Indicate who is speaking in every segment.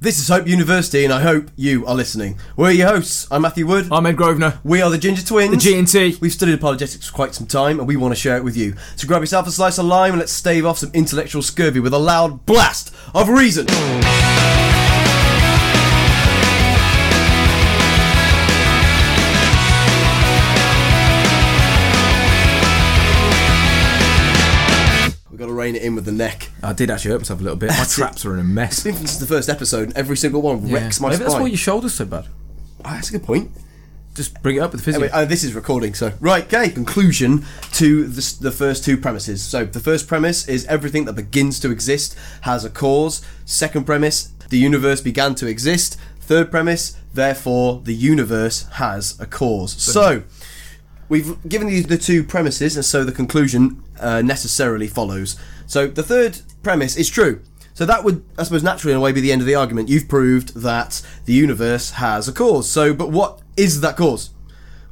Speaker 1: This is Hope University, and I hope you are listening. We're your hosts. I'm Matthew Wood.
Speaker 2: I'm Ed Grosvenor.
Speaker 1: we are the Ginger Twins.
Speaker 2: The G&T.
Speaker 1: We've studied apologetics for quite some time, and we want to share it with you. So grab yourself a slice of lime and let's stave off some intellectual scurvy with a loud blast of reason. We've got to rein it in with the neck.
Speaker 2: I did actually hurt myself a little bit. My traps are in a mess.
Speaker 1: Even since the first episode, every single one wrecks my
Speaker 2: Maybe
Speaker 1: spine.
Speaker 2: that's why your shoulder's so bad.
Speaker 1: Ah, that's a good point.
Speaker 2: Just bring it up with the physio.
Speaker 1: Anyway, uh, this is recording, so right. Okay, conclusion to the, s- the first two premises. So the first premise is everything that begins to exist has a cause. Second premise: the universe began to exist. Third premise: therefore, the universe has a cause. So we've given you the two premises, and so the conclusion uh, necessarily follows. So the third premise is true. So that would, I suppose, naturally in a way be the end of the argument. You've proved that the universe has a cause. So, but what is that cause?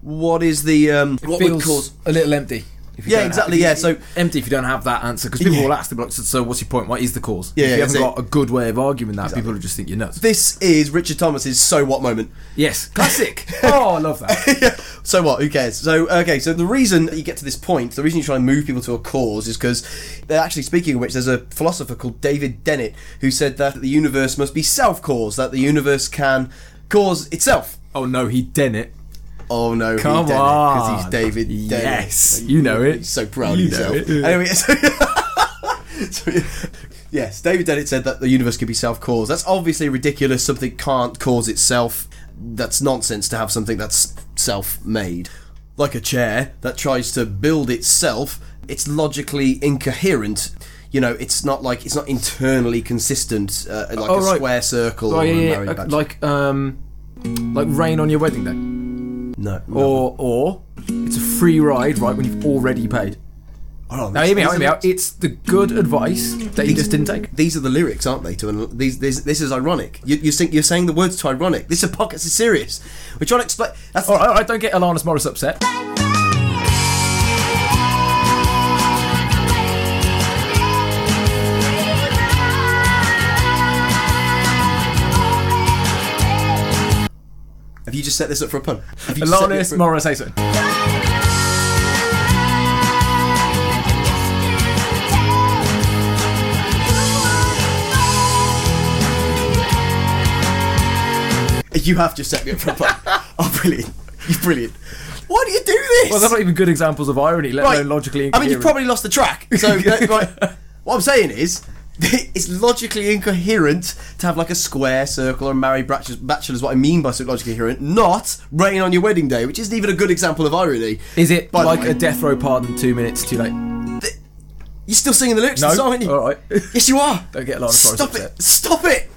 Speaker 1: What is the um, what would
Speaker 2: Feels
Speaker 1: cause?
Speaker 2: a little empty. If you
Speaker 1: Yeah,
Speaker 2: don't
Speaker 1: exactly,
Speaker 2: if you-
Speaker 1: yeah, so-
Speaker 2: empty if you don't have that answer because people
Speaker 1: Yeah.
Speaker 2: will ask, they'll be like, "So- "So what's your point? What is the cause?"
Speaker 1: Yeah,
Speaker 2: if you
Speaker 1: yeah,
Speaker 2: haven't
Speaker 1: so-
Speaker 2: got a good way of arguing that, people will just think you're nuts.
Speaker 1: This is Richard Thomas's "So What" moment.
Speaker 2: Yes, classic. oh, I love that.
Speaker 1: so what? Who cares? So okay. So the reason that you get to this point, the reason you try and move people to a cause, is because they're actually speaking of which. There's a philosopher called David Dennett who said that the universe must be self-caused, that the universe can cause itself.
Speaker 2: Oh no, he done it.
Speaker 1: Oh no! he
Speaker 2: Come
Speaker 1: did it, 'cause he's
Speaker 2: on.
Speaker 1: David. Dennett.
Speaker 2: Yes, you know it.
Speaker 1: He's so proud
Speaker 2: You
Speaker 1: of
Speaker 2: know
Speaker 1: himself.
Speaker 2: it.
Speaker 1: Anyway, so, so, yes, David Dennett said that the universe could be self-caused. That's obviously ridiculous. Something can't cause itself. That's nonsense to have something that's self-made, like a chair that tries to build itself. It's logically incoherent. You know, it's not like it's not internally consistent, uh, like
Speaker 2: Oh,
Speaker 1: a
Speaker 2: right.
Speaker 1: square circle
Speaker 2: Oh
Speaker 1: or
Speaker 2: yeah,
Speaker 1: a
Speaker 2: yeah,
Speaker 1: married
Speaker 2: yeah.
Speaker 1: badge.
Speaker 2: like um, like rain on your wedding day.
Speaker 1: no, no.
Speaker 2: or or it's a free ride right when you've already paid.
Speaker 1: Hold on,
Speaker 2: Now
Speaker 1: Oh, this-
Speaker 2: hear me out,
Speaker 1: these
Speaker 2: hear
Speaker 1: are
Speaker 2: me out. It's the good advice that you just didn't take.
Speaker 1: These are the lyrics, aren't they? To an, these, these, this is ironic. You, you think you're saying the words to ironic. This is pockets is serious. We're trying to explain. That's
Speaker 2: All right, all right, don't get Alanis Morris upset.
Speaker 1: have you just set this up for a pun? Have you just set it up
Speaker 2: Alanis
Speaker 1: for-
Speaker 2: Morris, say something.
Speaker 1: You have just set me up for a pun. oh, brilliant! You're brilliant. Why do you do this?
Speaker 2: Well, that's not even good examples of irony, let alone logically
Speaker 1: I mean, you've
Speaker 2: incoherent.
Speaker 1: probably lost the track. So, uh, right. what I'm saying is, it's logically incoherent to have like a square circle or a married bachelor's, bachelor's. What I mean by so logically coherent, not rain on your wedding day, which isn't even a good example of irony.
Speaker 2: Is it
Speaker 1: By the
Speaker 2: like
Speaker 1: way-
Speaker 2: a death row pardon two minutes too late?
Speaker 1: You're still singing the lyrics to
Speaker 2: No? Uh,
Speaker 1: the song, aren't you?
Speaker 2: All right.
Speaker 1: Yes, you are.
Speaker 2: Don't get Lana Forest
Speaker 1: Stop
Speaker 2: upset.
Speaker 1: it. Stop it.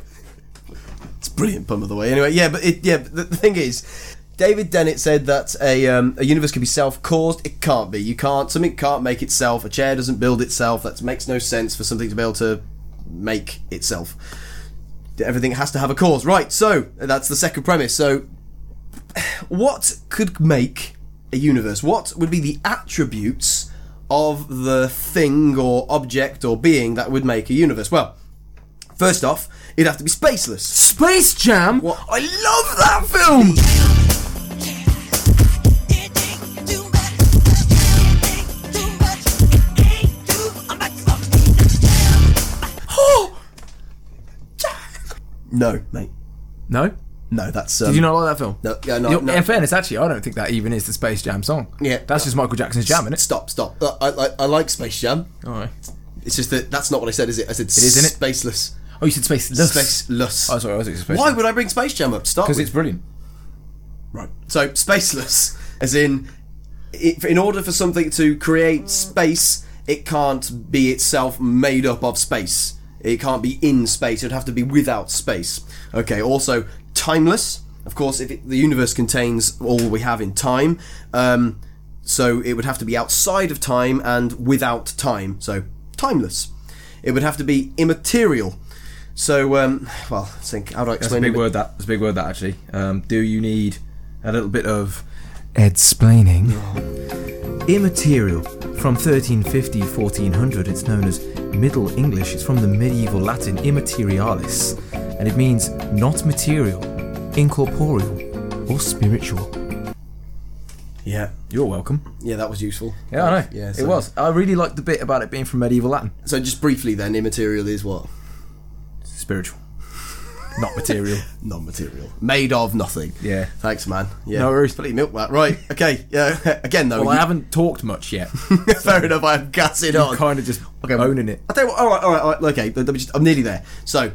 Speaker 1: It's a brilliant pun, by the way. Anyway, yeah, but it, yeah, but the, the thing is, David Dennett said that a, um, a universe can be self-caused. It can't be. You can't. Something can't make itself. A chair doesn't build itself. That makes no sense for something to be able to make itself. Everything has to have a cause, right? So that's the second premise. So what could make a universe? What would be the attributes of the thing or object or being that would make a universe? Well, first off, it'd have to be spaceless.
Speaker 2: Space Jam?
Speaker 1: What?
Speaker 2: I love that film! Oh!
Speaker 1: No, mate.
Speaker 2: No?
Speaker 1: No, that's. Um,
Speaker 2: Did you not like that film?
Speaker 1: No, yeah, no,
Speaker 2: You know,
Speaker 1: no.
Speaker 2: In fairness, actually, I don't think that even is the Space Jam song.
Speaker 1: Yeah.
Speaker 2: That's just Michael Jackson's jam, isn't it?
Speaker 1: Stop, stop. Uh, I, I, I like Space Jam.
Speaker 2: All right.
Speaker 1: It's just that that's not what I said, is it? I said it
Speaker 2: is, innit?
Speaker 1: spaceless.
Speaker 2: Oh, you said Space Lust.
Speaker 1: Spaceless.
Speaker 2: Oh, sorry, I was expecting.
Speaker 1: Why would I bring Space Jam up? Stop.
Speaker 2: Because it's brilliant.
Speaker 1: Right. So spaceless, as in, it, in order for something to create space, it can't be itself made up of space. It can't be in space. It'd have to be without space. Okay. Also, timeless. Of course, if it, the universe contains all we have in time, um, so it would have to be outside of time and without time. So timeless. It would have to be immaterial. So, um, well, I think how do I
Speaker 2: That's a
Speaker 1: explain?
Speaker 2: big
Speaker 1: imma-
Speaker 2: word. That that's a big word. That actually. Um, do you need a little bit of explaining? Immaterial from 1350 1400. It's known as Middle English. It's from the medieval Latin immaterialis, and it means not material, incorporeal, or spiritual.
Speaker 1: Yeah.
Speaker 2: You're welcome.
Speaker 1: Yeah, that was useful.
Speaker 2: Yeah, I know.
Speaker 1: Yeah,
Speaker 2: it
Speaker 1: so-
Speaker 2: was. I really liked the bit about it being from medieval Latin.
Speaker 1: So just briefly then, immaterial is what?
Speaker 2: Spiritual, not material.
Speaker 1: Non-material. Made of nothing.
Speaker 2: Yeah.
Speaker 1: Thanks, man. Yeah.
Speaker 2: No worries.
Speaker 1: Bloody milk that. Right. Okay. Yeah. Again, though.
Speaker 2: Well, I
Speaker 1: you-
Speaker 2: haven't talked much yet.
Speaker 1: fair enough. I'm gassing on.
Speaker 2: I'm kind of just owning it.
Speaker 1: I tell you what, all right, all right, all right okay, let me just, I'm nearly there. So,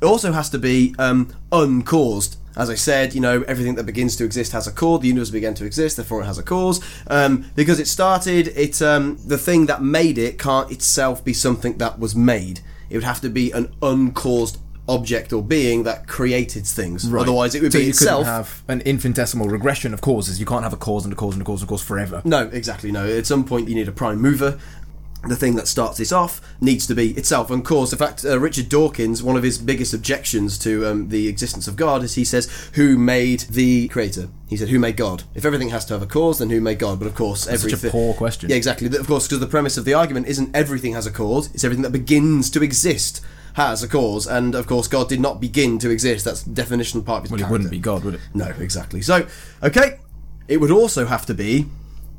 Speaker 1: it also has to be um, uncaused. As I said, you know, everything that begins to exist has a cause. The universe began to exist, therefore it has a cause. Um, because it started, it um, the thing that made it can't itself be something that was made. It would have to be an uncaused object or being that created things. Otherwise, it would
Speaker 2: So
Speaker 1: be
Speaker 2: you
Speaker 1: itself.
Speaker 2: couldn't have an infinitesimal regression of causes. You can't have a cause and a cause and a cause and a cause forever.
Speaker 1: No, exactly. No, at some point you need a prime mover. The thing that starts this off needs to be itself uncaused. In fact, uh, Richard Dawkins, one of his biggest objections to um, the existence of God is he says, "Who made the creator?" He said, "Who made God?" If everything has to have a cause, then who made God? But of course,
Speaker 2: such a
Speaker 1: everything.
Speaker 2: poor question.
Speaker 1: Yeah, exactly. Of course, because the premise of the argument isn't everything has a cause; it's everything that begins to exist has a cause. And of course, God did not begin to exist. That's the definitional part of his
Speaker 2: Well, it
Speaker 1: character.
Speaker 2: wouldn't be God, would it?
Speaker 1: No, exactly. So, okay, it would also have to be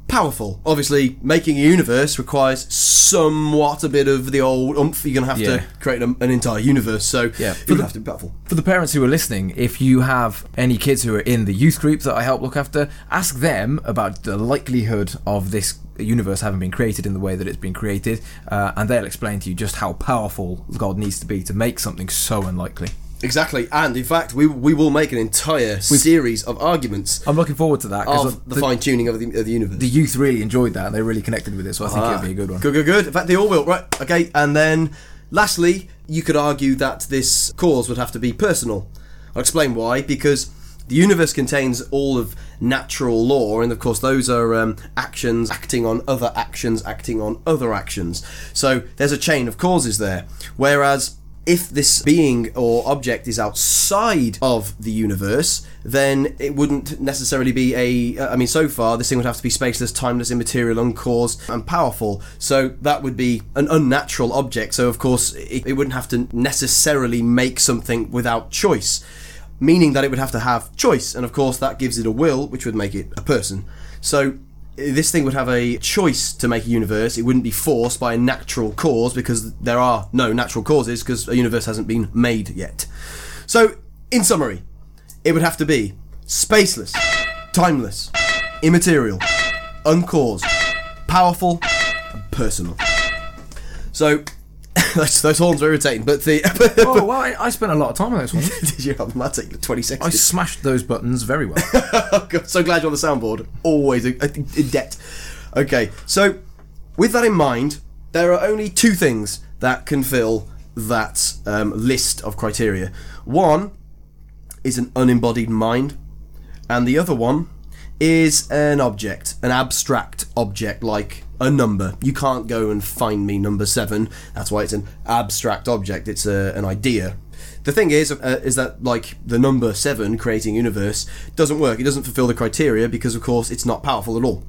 Speaker 1: powerful. Obviously, making a universe requires somewhat a bit of the old umph. You're going to have
Speaker 2: Yeah.
Speaker 1: to create an, an entire universe, so
Speaker 2: Yeah.
Speaker 1: it would have to be powerful.
Speaker 2: For the parents who are listening, if you have any kids who are in the youth group that I help look after, ask them about the likelihood of this universe having been created in the way that it's been created, uh, and they'll explain to you just how powerful God needs to be to make something so unlikely.
Speaker 1: Exactly, and in fact, we, we will make an entire series of arguments
Speaker 2: I'm looking forward to that because
Speaker 1: of Oh, the, fine tuning of the, of the universe.
Speaker 2: the youth really enjoyed that and they really connected with it, so I think
Speaker 1: Ah,
Speaker 2: it'll be a good one.
Speaker 1: Good, good, good. In fact, they all will. Right, okay. And then, lastly, you could argue that this cause would have to be personal. I'll explain why. Because the universe contains all of natural law, and of course, those are um, actions acting on other actions, acting on other actions. So there's a chain of causes there. Whereas if this being or object is outside of the universe, then it wouldn't necessarily be a. I mean, so far, this thing would have to be spaceless, timeless, immaterial, uncaused, and powerful. So that would be an unnatural object. So, of course, it, it wouldn't have to necessarily make something without choice, meaning that it would have to have choice. And, of course, that gives it a will, which would make it a person. So this thing would have a choice to make a universe. It wouldn't be forced by a natural cause because there are no natural causes because a universe hasn't been made yet. So, in summary, it would have to be spaceless, timeless, immaterial, uncaused, powerful, and personal. So, those, those horns were irritating, but the.
Speaker 2: Oh, well, I, I spent a lot of time on this one.
Speaker 1: Did you have that take 20 seconds?
Speaker 2: I smashed those buttons very well.
Speaker 1: God, so glad you're on the soundboard. Always in, in debt. Okay, so with that in mind, there are only two things that can fill that um, list of criteria. One is an unembodied mind, and the other one is an object, an abstract object like a number. You can't go and find me number seven. That's why it's an abstract object. It's a, an idea. The thing is, uh, is that like the number seven creating universe doesn't work. It doesn't fulfill the criteria because, of course, it's not powerful at all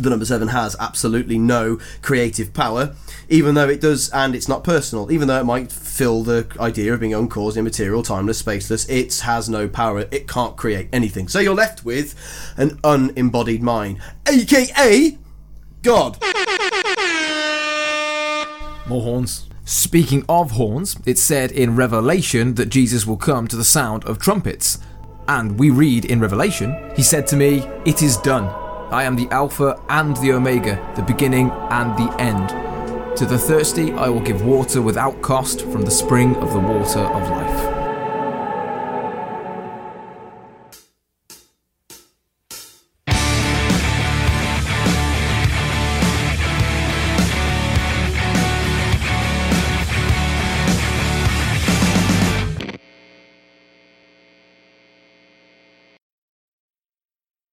Speaker 1: the number seven has absolutely no creative power, even though it does, and it's not personal. Even though it might fill the idea of being uncaused, immaterial, timeless, spaceless, it has no power. It can't create anything. So you're left with an unembodied mind, aka God.
Speaker 2: More horns. Speaking of horns, it's said in Revelation that Jesus will come to the sound of trumpets. And we read in Revelation, He said to me, It is done. I am the Alpha and the Omega, the beginning and the end. To the thirsty, I will give water without cost from the spring of the water of life.